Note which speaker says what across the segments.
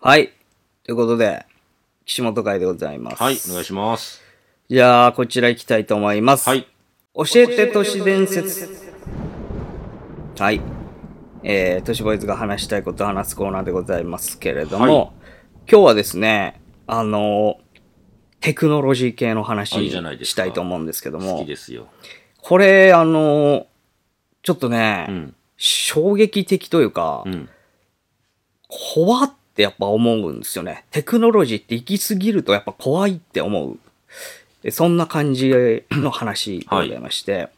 Speaker 1: はい。ということで、岸本会でございます。
Speaker 2: はい、お願いします。
Speaker 1: じゃあ、こちら行きたいと思います。
Speaker 2: はい。
Speaker 1: 教えて都市伝説。はい。えー、都市ボーイズが話したいことを話すコーナーでございますけれども、
Speaker 2: はい
Speaker 1: 今日はですね、あの、テクノロジー系の話
Speaker 2: あいいじゃないです
Speaker 1: し
Speaker 2: か
Speaker 1: たいと思うんですけども
Speaker 2: 好き、ですよ。
Speaker 1: これ、あの、ちょっとね、
Speaker 2: うん。
Speaker 1: 衝撃的というか、
Speaker 2: うん。
Speaker 1: 怖ってやっぱ思うんですよね。テクノロジーって行き過ぎるとやっぱ怖いって思う。えそんな感じの話でございまして、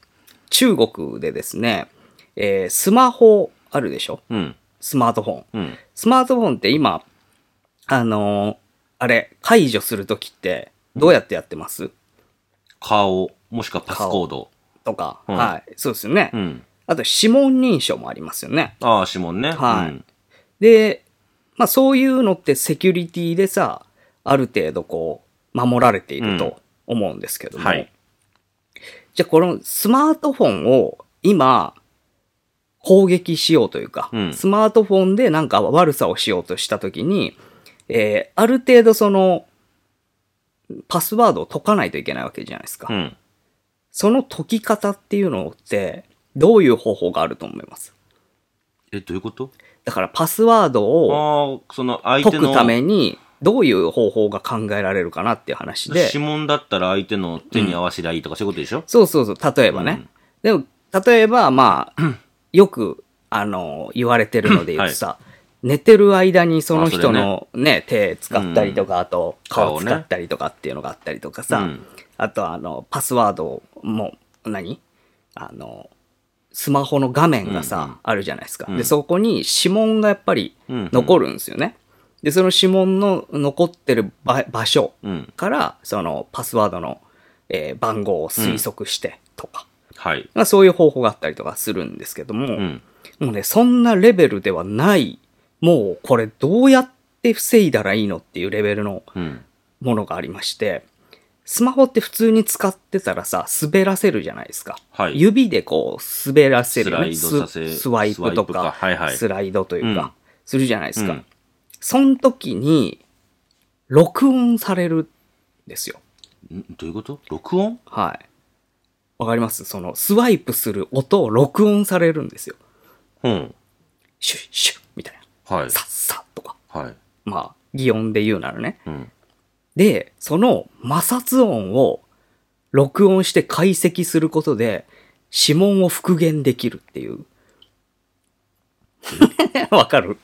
Speaker 1: 中国でですね、えースマホあるでしょ
Speaker 2: うん。
Speaker 1: スマートフォン。
Speaker 2: うん。
Speaker 1: スマートフォンって今、あのーあれ、解除するときってどうやってやってます、
Speaker 2: 顔、もしくはパスコード。
Speaker 1: とか、
Speaker 2: うん
Speaker 1: はい。そうですよね。
Speaker 2: うん。
Speaker 1: あと指紋認証もありますよね。
Speaker 2: ああ、指紋ね。
Speaker 1: はい
Speaker 2: うん
Speaker 1: で、まあそういうのってセキュリティでさ、ある程度こう、守られていると思うんですけども。
Speaker 2: はい
Speaker 1: じゃあこのスマートフォンを今、攻撃しようというか、
Speaker 2: うん
Speaker 1: スマートフォンでなんか悪さをしようとしたときに、えーある程度その、パスワードを解かないといけないわけじゃないですか。
Speaker 2: うん。
Speaker 1: その解き方っていうのって、どういう方法があると思います
Speaker 2: え、どういうこと
Speaker 1: だからパスワードを、
Speaker 2: ああ、その相手
Speaker 1: 解
Speaker 2: の
Speaker 1: くために、どういう方法が考えられるかなっていう話で
Speaker 2: 指。紋だったら相手の手に合わせりゃいいとか、そういうことでしょ
Speaker 1: そうそうそう、例えばね。でも、例えば、まあ、 よく、あの、言われてるので言うとさ、寝てる間にその人のね、手使ったりとか、あと顔
Speaker 2: 顔ね
Speaker 1: 使ったりとかっていうのがあったりとかさ、
Speaker 2: うん
Speaker 1: あとあの、パスワードも、何あの、スマホの画面がさ、
Speaker 2: うんうん
Speaker 1: あるじゃないですか。
Speaker 2: う
Speaker 1: で、
Speaker 2: ん
Speaker 1: そこに指紋がやっぱり
Speaker 2: うんうん
Speaker 1: 残るんですよね。で、その指紋の残ってる場場所
Speaker 2: うん。
Speaker 1: から、そのパスワードの、えー番号を推測してとか、
Speaker 2: はい。
Speaker 1: まあそういう方法があったりとかするんですけども、
Speaker 2: うん。
Speaker 1: もうね、そんなレベルではない、もうこれどうやって防いだらいいのっていうレベルの
Speaker 2: うん。
Speaker 1: ものがありまして、スマホって普通に使ってたらさ、滑らせるじゃないですか。
Speaker 2: はい。
Speaker 1: 指でこう滑らせるよね、
Speaker 2: スライドさせ
Speaker 1: ススワイプとか
Speaker 2: スワイプかはいはい
Speaker 1: スライドというか、
Speaker 2: うん
Speaker 1: するじゃないですか。
Speaker 2: うん
Speaker 1: その時に、録音されるんですよ。
Speaker 2: んどういうこと録音
Speaker 1: はい。わかりますその、スワイプする音を録音されるんですよ。
Speaker 2: うん。
Speaker 1: シュッシュッみたいな。
Speaker 2: はい。
Speaker 1: さっさとか。
Speaker 2: はい。
Speaker 1: まあ、擬音で言うならね。
Speaker 2: うん。
Speaker 1: で、その摩擦音を録音して解析することで、指紋を復元できるっていう。 わかる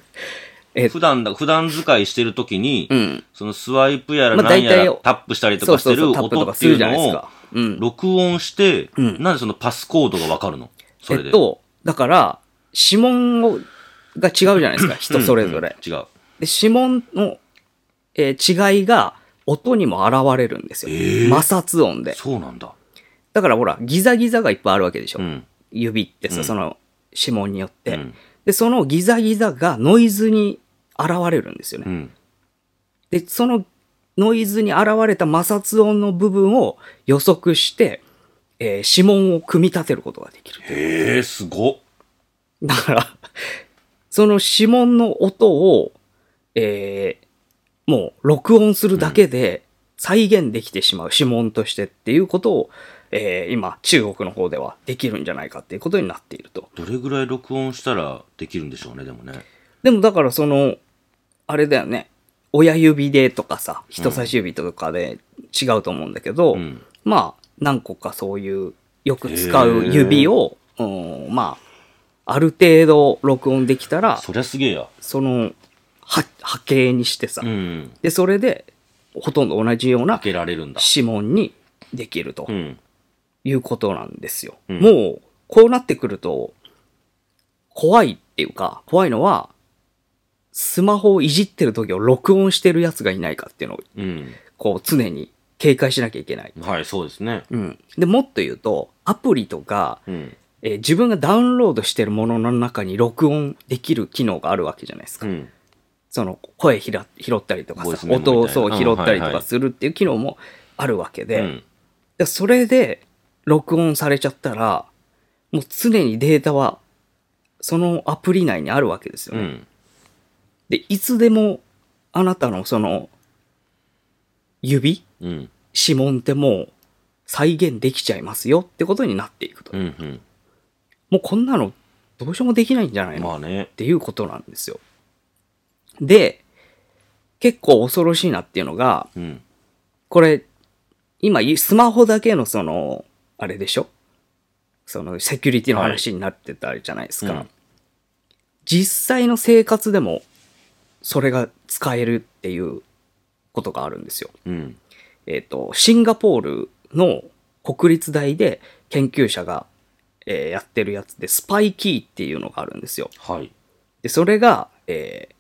Speaker 1: え
Speaker 2: 普段だ、普段使いしてるときに、
Speaker 1: うん。
Speaker 2: そのスワイプやら
Speaker 1: まあ
Speaker 2: 何や
Speaker 1: 大
Speaker 2: ら
Speaker 1: 体
Speaker 2: タップしたりと
Speaker 1: そう
Speaker 2: かし
Speaker 1: そ
Speaker 2: て
Speaker 1: うそ
Speaker 2: る
Speaker 1: う、タップ
Speaker 2: 音
Speaker 1: とか
Speaker 2: っ
Speaker 1: す
Speaker 2: てい
Speaker 1: る
Speaker 2: う
Speaker 1: じゃないで
Speaker 2: の
Speaker 1: す
Speaker 2: を
Speaker 1: か。うん。
Speaker 2: 録音して、
Speaker 1: うん
Speaker 2: なんでそのパスコードがわかるのそれで。
Speaker 1: えっと、だから、指紋をが違うじゃないですか、
Speaker 2: うん、
Speaker 1: 人それぞれ。
Speaker 2: うん違う。
Speaker 1: で指紋の、えー違いが音にも現れるんですよ。
Speaker 2: えー
Speaker 1: 摩擦音で。
Speaker 2: そうなんだ。
Speaker 1: だからほら、ギザギザがいっぱいあるわけでしょ。
Speaker 2: うん。
Speaker 1: 指ってさ、
Speaker 2: うん
Speaker 1: その指紋によって、
Speaker 2: うん
Speaker 1: で、そのギザギザがノイズに現れるんですよね。
Speaker 2: うん。
Speaker 1: で、そのノイズに現れた摩擦音の部分を予測して、えー指紋を組み立てることができる。
Speaker 2: へえ、すごっ。
Speaker 1: だから、その指紋の音を、えーもう録音するだけで再現できてしまう、指紋としてっていうことを、えー今、中国の方ではできるんじゃないかっていうことになっていると。
Speaker 2: どれぐらい録音したらできるんでしょうね、でもね。
Speaker 1: でもだからその、あれだよね、親指でとかさ、人差し指とかで違うと思うんだけど、
Speaker 2: うん。
Speaker 1: まあ、何個かそういう、よく使う指を、うん、まあ、ある程度録音できたら、
Speaker 2: そりゃすげえや。
Speaker 1: そのは波形にしてさ、
Speaker 2: うん。
Speaker 1: でそれでほとんど同じような
Speaker 2: 開けられるんだ。
Speaker 1: 指紋にできると
Speaker 2: うん。
Speaker 1: いうことなんですよ、
Speaker 2: うん
Speaker 1: もうこうなってくると怖いっていうか怖いのはスマホをいじってる時を録音してるやつがいないかっていうのを
Speaker 2: うん。
Speaker 1: こう常に警戒しなきゃいけない、
Speaker 2: はい、そうですね。
Speaker 1: うん、でもっと言うとアプリとか、
Speaker 2: うん。
Speaker 1: えー自分がダウンロードしてるものの中に録音できる機能があるわけじゃないですか、
Speaker 2: うん。
Speaker 1: その声ひら拾ったりとか
Speaker 2: ボイ
Speaker 1: さ
Speaker 2: スメモみたい
Speaker 1: 音
Speaker 2: な
Speaker 1: をそう
Speaker 2: うん
Speaker 1: 拾ったり
Speaker 2: は
Speaker 1: と
Speaker 2: いは
Speaker 1: か
Speaker 2: い
Speaker 1: するっていう機能もあるわけで、
Speaker 2: うん
Speaker 1: でそれで録音されちゃったらもう常にデータはそのアプリ内にあるわけですよ
Speaker 2: う
Speaker 1: ね、
Speaker 2: ん。
Speaker 1: でいつでもあなたのその、指
Speaker 2: うん。
Speaker 1: 指紋ってもう再現できちゃいますよってことになっていくと。
Speaker 2: うん、
Speaker 1: もうこんなのどうしようもできないんじゃな
Speaker 2: う
Speaker 1: い
Speaker 2: ん。
Speaker 1: の
Speaker 2: まあね
Speaker 1: っ。ていうことなんですよ。で、結構恐ろしいなっていうのが、
Speaker 2: うん。
Speaker 1: これ、今、スマホだけのその、あれでしょその、セキュリティの話になってたじゃないですか。
Speaker 2: はいうん
Speaker 1: 実際の生活でも、それが使えるっていうことがあるんですよ。
Speaker 2: うん。
Speaker 1: えっ、と、シンガポールの国立大で研究者が、えーやってるやつで、スパイキーっていうのがあるんですよ。
Speaker 2: はい。
Speaker 1: で、それが、えー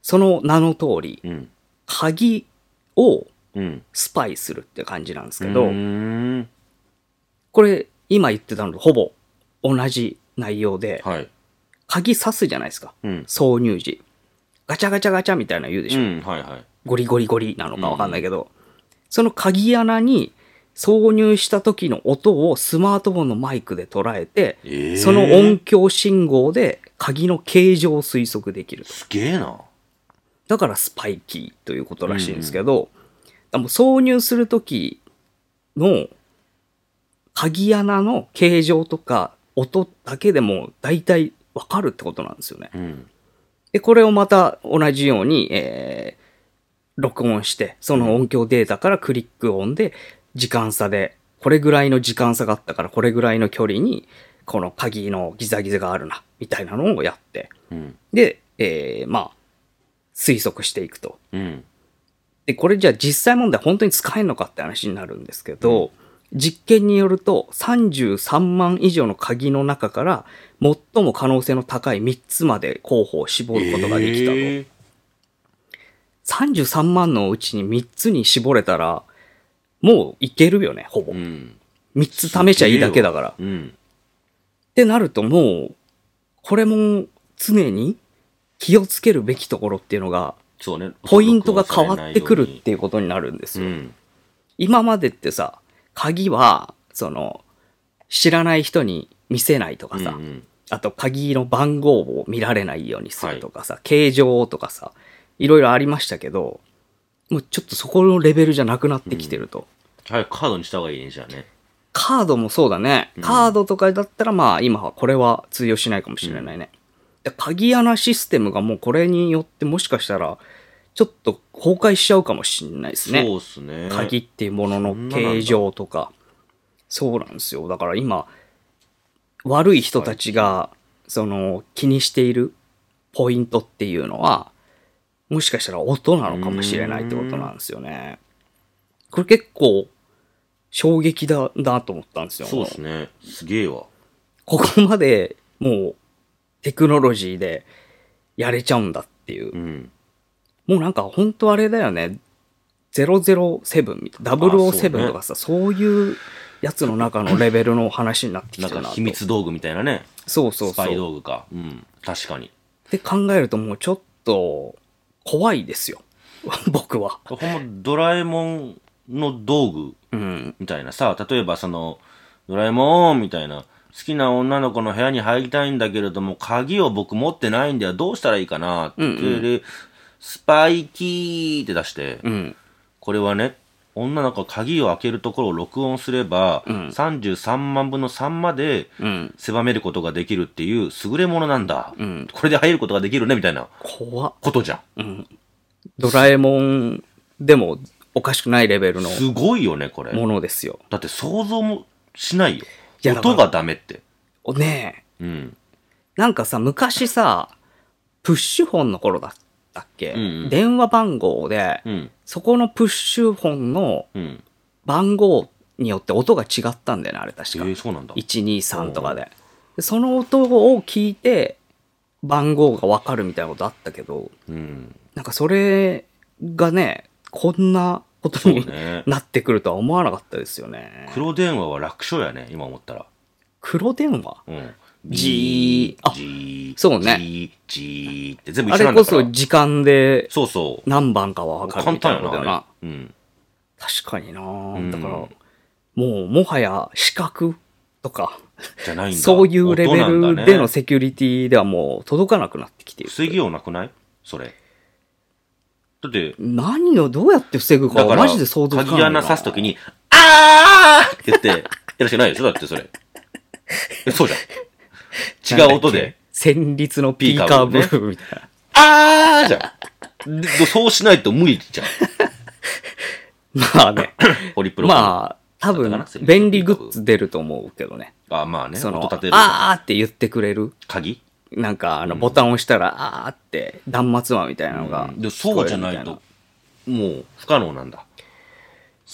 Speaker 1: その名の通り、
Speaker 2: うん。
Speaker 1: 鍵を
Speaker 2: うん。
Speaker 1: スパイするって感じなんですけ
Speaker 2: う
Speaker 1: ど、
Speaker 2: ーん
Speaker 1: これ、今言ってたのとほぼ同じ内容で、
Speaker 2: はい。
Speaker 1: 鍵刺すじゃないですか。
Speaker 2: うん。
Speaker 1: 挿入時。ガチャガチャガチャみたいなの言うでし
Speaker 2: う
Speaker 1: ょ。
Speaker 2: ん。はいはい。
Speaker 1: ゴリゴリゴリなのかわかんないけど、その鍵穴に挿入した時の音をスマートフォンのマイクで捉えて、
Speaker 2: ええ
Speaker 1: その音響信号で鍵の形状を推測できると。
Speaker 2: すげえな。
Speaker 1: だからスパイキーということらしいんですけど、でも挿入するときの鍵穴の形状とか音だけでも大体わかるってことなんですよね。
Speaker 2: うん。
Speaker 1: で、これをまた同じように、えー録音して、その音響データからクリック音で時間差で、これぐらいの時間差があったからこれぐらいの距離に、この鍵のギザギザがあるな、みたいなのをやって、
Speaker 2: うん。
Speaker 1: で、えーまあ、推測していくと。
Speaker 2: うん。
Speaker 1: で、これじゃあ実際問題本当に使えるのかって話になるんですけど、実験によると33万以上の鍵の中から最も可能性の高い3つまで候補を絞ることができたと。
Speaker 2: ええ
Speaker 1: 33万のうちに3つに絞れたら、もういけるよね、ほぼ。
Speaker 2: うん。
Speaker 1: 3つ試しゃいいだけだから。っ
Speaker 2: うん。
Speaker 1: てなるともう、これも常に気をつけるべきところっていうのが、
Speaker 2: そうね。
Speaker 1: ポイントが変わってくるっていうことになるんです
Speaker 2: う
Speaker 1: よ。
Speaker 2: ん。
Speaker 1: 今までってさ鍵はその知らない人に見せないとかさ、
Speaker 2: うんうん
Speaker 1: あと鍵の番号を見られないようにするとかさ、形状とかさいろいろありましたけどもうちょっとそこのレベルじゃなくなってきてると、
Speaker 2: はい、カードにした方がいいね、じゃあね。
Speaker 1: カードもそうだね
Speaker 2: うん
Speaker 1: カードとかだったらまあ今はこれは通用しないかもしれないね、で鍵穴システムがもうこれによってもしかしたらちょっと崩壊しちゃうかもしれないですね
Speaker 2: そうっすね。
Speaker 1: 鍵っていうもの
Speaker 2: そん
Speaker 1: の
Speaker 2: ななんだ
Speaker 1: 形状とかそうなんですよだから今悪い人たちがその気にしているポイントっていうのはもしかしたら音なのかもしれないってことなんですよねこれ結構衝撃だなと思ったんですよ
Speaker 2: そうですね。すげえわ。
Speaker 1: ここまでもうテクノロジーでやれちゃうんだっていう
Speaker 2: うん。
Speaker 1: もうなんか本当あれだよね。007みたいな、007とかさ、そう,、いうやつの中のレベルの話になってき
Speaker 2: なん
Speaker 1: たな
Speaker 2: か
Speaker 1: と。
Speaker 2: 秘密道具みたいなね。
Speaker 1: そうそう
Speaker 2: スパ
Speaker 1: そう。
Speaker 2: イ
Speaker 1: っ
Speaker 2: 道具か。うん。確かに。
Speaker 1: て考えるともうちょっと怖いですよ。 僕は。
Speaker 2: ほんま、ドラえもんの道具
Speaker 1: うん。
Speaker 2: みたいなさ、例えばその、ドラえもんみたいな、好きな女の子の部屋に入りたいんだけれども、鍵を僕持ってないんだよ、どうしたらいいかなって、
Speaker 1: うんうん
Speaker 2: で、スパイキーって出して、
Speaker 1: うん。
Speaker 2: これはね、女の子が鍵を開けるところを録音すれば、
Speaker 1: ん
Speaker 2: 33万分の3まで
Speaker 1: うん。
Speaker 2: 狭めることができるっていう優れものなんだ。
Speaker 1: うん。
Speaker 2: これで入ることができるね、みたいな
Speaker 1: 怖っ
Speaker 2: ことじゃん。
Speaker 1: ドラえもんでもおかしくないレベルの
Speaker 2: すごいよね、これ。
Speaker 1: ものですよ。
Speaker 2: だって想像もしないよ。
Speaker 1: いやだから
Speaker 2: 音がダメって。
Speaker 1: おね
Speaker 2: うん。
Speaker 1: え。なんかさ、昔さ、プッシュホンの頃だったっけ、
Speaker 2: うんうん
Speaker 1: 電話番号で、
Speaker 2: うん。
Speaker 1: そこのプッシュホンの
Speaker 2: うん。
Speaker 1: 番号によって音が違ったんだよね、あれ確
Speaker 2: え
Speaker 1: か。
Speaker 2: ー、そうなんだ。
Speaker 1: 123とかで。でその音を聞いて、番号がわかるみたいなことあったけど、
Speaker 2: うん。
Speaker 1: なんかそれがね、こんなことに、
Speaker 2: そ うね
Speaker 1: なってくるとは思わなかったですよね。
Speaker 2: 黒電話は楽勝やね、今思ったら。
Speaker 1: 黒電話
Speaker 2: うん。
Speaker 1: じーあ
Speaker 2: じー。
Speaker 1: そうね
Speaker 2: じー、じーって全部
Speaker 1: あ
Speaker 2: 一緒な
Speaker 1: れ
Speaker 2: んだ
Speaker 1: こ
Speaker 2: から。
Speaker 1: そ時間で
Speaker 2: そうそう。
Speaker 1: 何番かはわかる
Speaker 2: 簡
Speaker 1: みたい
Speaker 2: 単
Speaker 1: な
Speaker 2: や
Speaker 1: ことだよ
Speaker 2: な。
Speaker 1: な
Speaker 2: あ。れうん。
Speaker 1: 確かにな
Speaker 2: うん
Speaker 1: だから、もうもはや視覚とか、
Speaker 2: じゃないんだ。
Speaker 1: そういうレベ
Speaker 2: 音なんだ
Speaker 1: ル
Speaker 2: ね
Speaker 1: でのセキュリティではもう届かなくなってきている。
Speaker 2: 防ぎようなくないそれ。だって、
Speaker 1: 何の、どうやって防ぐか
Speaker 2: だか
Speaker 1: は
Speaker 2: ら、
Speaker 1: マジで想像つかないな。
Speaker 2: 鍵穴刺すときに、あーって言って、やるしかないでしょだってそれ。えそうじゃん。違う音で、
Speaker 1: 戦慄のピーカーブルーみたいな。
Speaker 2: あーじゃん。でそうしないと無理じゃん。
Speaker 1: まあね。
Speaker 2: ホリプロ。
Speaker 1: まあ、多
Speaker 2: だっ
Speaker 1: 分
Speaker 2: たか、な
Speaker 1: 便利グッズ出ると思うけどね。
Speaker 2: あ。あまあね、
Speaker 1: そ
Speaker 2: 音
Speaker 1: の、
Speaker 2: 立てる。
Speaker 1: あーって言ってくれる。
Speaker 2: 鍵
Speaker 1: なんか、あの、ボタン押したら、あーって、断末魔みたいなのが
Speaker 2: うんでそうじゃないと。、もう不可能なんだ。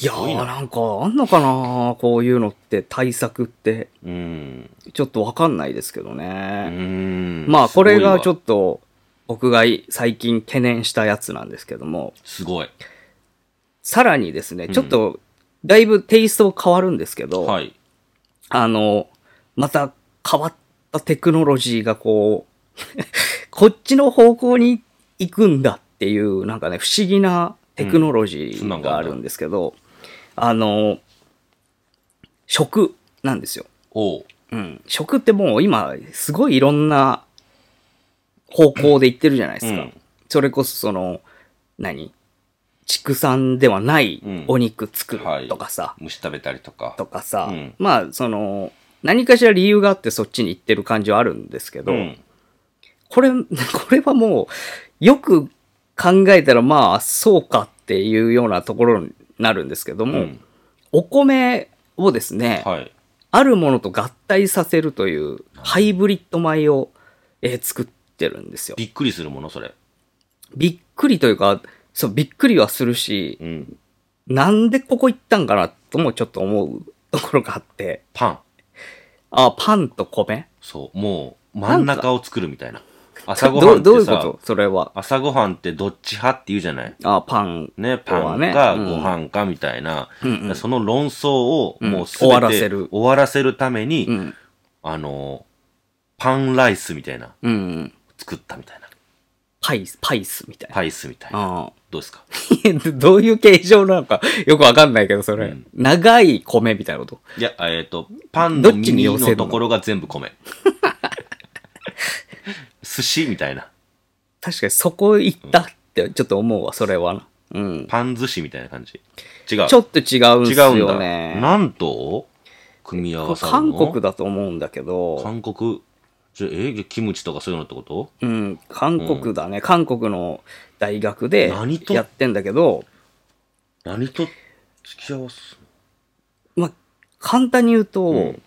Speaker 1: いや
Speaker 2: ごい
Speaker 1: ー、
Speaker 2: な
Speaker 1: なんか、あんのかなこういうのって、対策って、
Speaker 2: うん。
Speaker 1: ちょっとわかんないですけど
Speaker 2: う
Speaker 1: ね。
Speaker 2: ん。
Speaker 1: まあ、これがちょ
Speaker 2: っと。
Speaker 1: っと、僕が最近懸念したやつなんですけども、
Speaker 2: すごい。
Speaker 1: さらにですね、
Speaker 2: ん
Speaker 1: ちょっと、だいぶテイスト変わるんですけど、
Speaker 2: はい。
Speaker 1: あの、また変わったテクノロジーがこう、 こっちの方向に行くんだっていう、なんかね、不思議なテクノロジ
Speaker 2: うんそんな
Speaker 1: ー
Speaker 2: んが
Speaker 1: が
Speaker 2: あ
Speaker 1: あ
Speaker 2: る
Speaker 1: るんですけど、あの、食なんですよ。
Speaker 2: おう。
Speaker 1: うん。食ってもう今、すごいいろんな方向で行ってるじゃないですか。
Speaker 2: うん
Speaker 1: それこそその、何畜産ではないお肉作るとかさ、
Speaker 2: 虫食べたりとか。
Speaker 1: とかさ、
Speaker 2: うん
Speaker 1: まあその何かしら理由があってそっちに行ってる感じはあるんですけど、
Speaker 2: うん。
Speaker 1: これ これはもうよく考えたらまあそうかっていうようなところになるんですけども、
Speaker 2: うん
Speaker 1: お米をですね、
Speaker 2: はい。
Speaker 1: あるものと合体させるというハイブリッド米を、えー作ってるんですよ。
Speaker 2: びっくりするもの、それ。
Speaker 1: びっくりというかそうびっくりはするし
Speaker 2: うん。
Speaker 1: なんでここ行ったんかなともちょっと思うところがあって
Speaker 2: パン。
Speaker 1: あパンと米
Speaker 2: そう。もう、真ん中を作るみたいな。朝ごはん
Speaker 1: ど
Speaker 2: っ
Speaker 1: どうい
Speaker 2: て
Speaker 1: うこ
Speaker 2: さ
Speaker 1: と、それは。
Speaker 2: 朝ごはんってどっち派って言うじゃない
Speaker 1: あ、パン。
Speaker 2: ね、パン
Speaker 1: ね
Speaker 2: か
Speaker 1: うん
Speaker 2: ご飯かみたいな、
Speaker 1: うんうん
Speaker 2: その論争を
Speaker 1: うん
Speaker 2: もうすべて
Speaker 1: 終わらせる
Speaker 2: 終わらせるために、
Speaker 1: うん。
Speaker 2: あの、パンライスみたいな、
Speaker 1: うん。
Speaker 2: 作ったみたいな、
Speaker 1: パイス、パイスみたいな。
Speaker 2: パイスみたいな、
Speaker 1: あ
Speaker 2: どうですか
Speaker 1: あ どういう形状なのかよくわかんないけど、それ。
Speaker 2: うん
Speaker 1: 長い米みたいなこと。
Speaker 2: いや、えっ、と、パン
Speaker 1: ど
Speaker 2: の
Speaker 1: っちに
Speaker 2: 耳
Speaker 1: 寄せるの
Speaker 2: のところが全部 米。寿司みたいな、
Speaker 1: 確かにそこ行ったってちょっと思うわ、それはな。うん。
Speaker 2: パン寿司みたいな感じ。違う。
Speaker 1: ちょっと違うんす
Speaker 2: 違うんだ。
Speaker 1: よね。
Speaker 2: なんと組み合
Speaker 1: こ
Speaker 2: わ
Speaker 1: れ
Speaker 2: さる
Speaker 1: 韓
Speaker 2: の
Speaker 1: 国だと思うんだけど、
Speaker 2: 韓国。じゃえじゃキムチとかそういうのってこと
Speaker 1: うん、韓国だね。韓国の大学で
Speaker 2: 何と
Speaker 1: やってんだけど、
Speaker 2: 何と付き合わす
Speaker 1: まあ、簡単に言うと、
Speaker 2: うん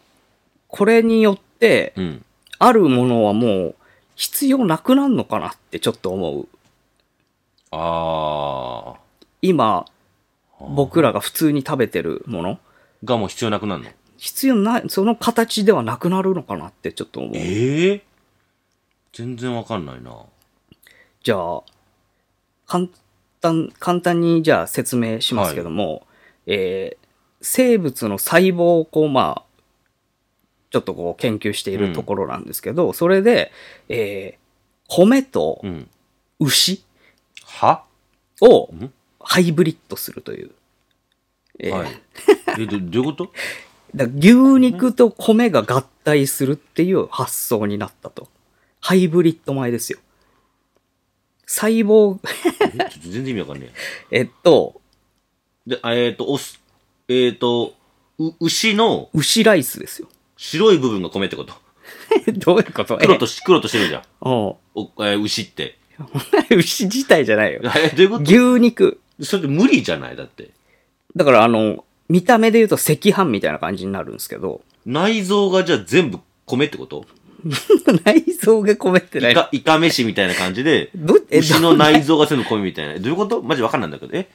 Speaker 1: これによって、
Speaker 2: うん。
Speaker 1: あるものはもう必要なくなるのかなってちょっと思う。
Speaker 2: あ
Speaker 1: 今、
Speaker 2: あ。
Speaker 1: 僕らが普通に食べてるもの、
Speaker 2: がもう必要なくなるの
Speaker 1: 必要ない、その形ではなくなるのかなってちょっと思う。
Speaker 2: ええ全然わかんないな。
Speaker 1: じゃあ、簡単、簡単にじゃあ説明しますけども、えー生物の細胞をこう、まあ、ちょっとこう研究しているところなんですけど、それで、えー米と
Speaker 2: うん。
Speaker 1: 牛
Speaker 2: は
Speaker 1: を
Speaker 2: ん
Speaker 1: ハイブリッドするという。えー
Speaker 2: はい。え、ど、どういうこと
Speaker 1: だから牛肉と米が合体するっていう発想になったと。ハイブリッド米ですよ。細胞、
Speaker 2: えちょっと全然意味わかんね
Speaker 1: えっと、
Speaker 2: え。で、あえっ、と、おす、えっ、と、う、牛の
Speaker 1: 牛ライスですよ。
Speaker 2: 白い部分が米ってこと。
Speaker 1: どういうこと
Speaker 2: 黒とし、黒と白いじゃん。
Speaker 1: お
Speaker 2: お、えー牛って。
Speaker 1: う牛自体じゃないよ
Speaker 2: え。どういうこ
Speaker 1: 牛肉。
Speaker 2: とそれって無理じゃないだって。
Speaker 1: だからあの、見た目で言うと赤飯みたいな感じになるんですけど、
Speaker 2: 内臓がじゃあ全部米ってこと
Speaker 1: 内臓が米って
Speaker 2: い
Speaker 1: ない。
Speaker 2: か、いか飯みたいな感じで、
Speaker 1: どえ
Speaker 2: 牛の内臓が全部米みたいな。どういうことマジわかんないんだけど。え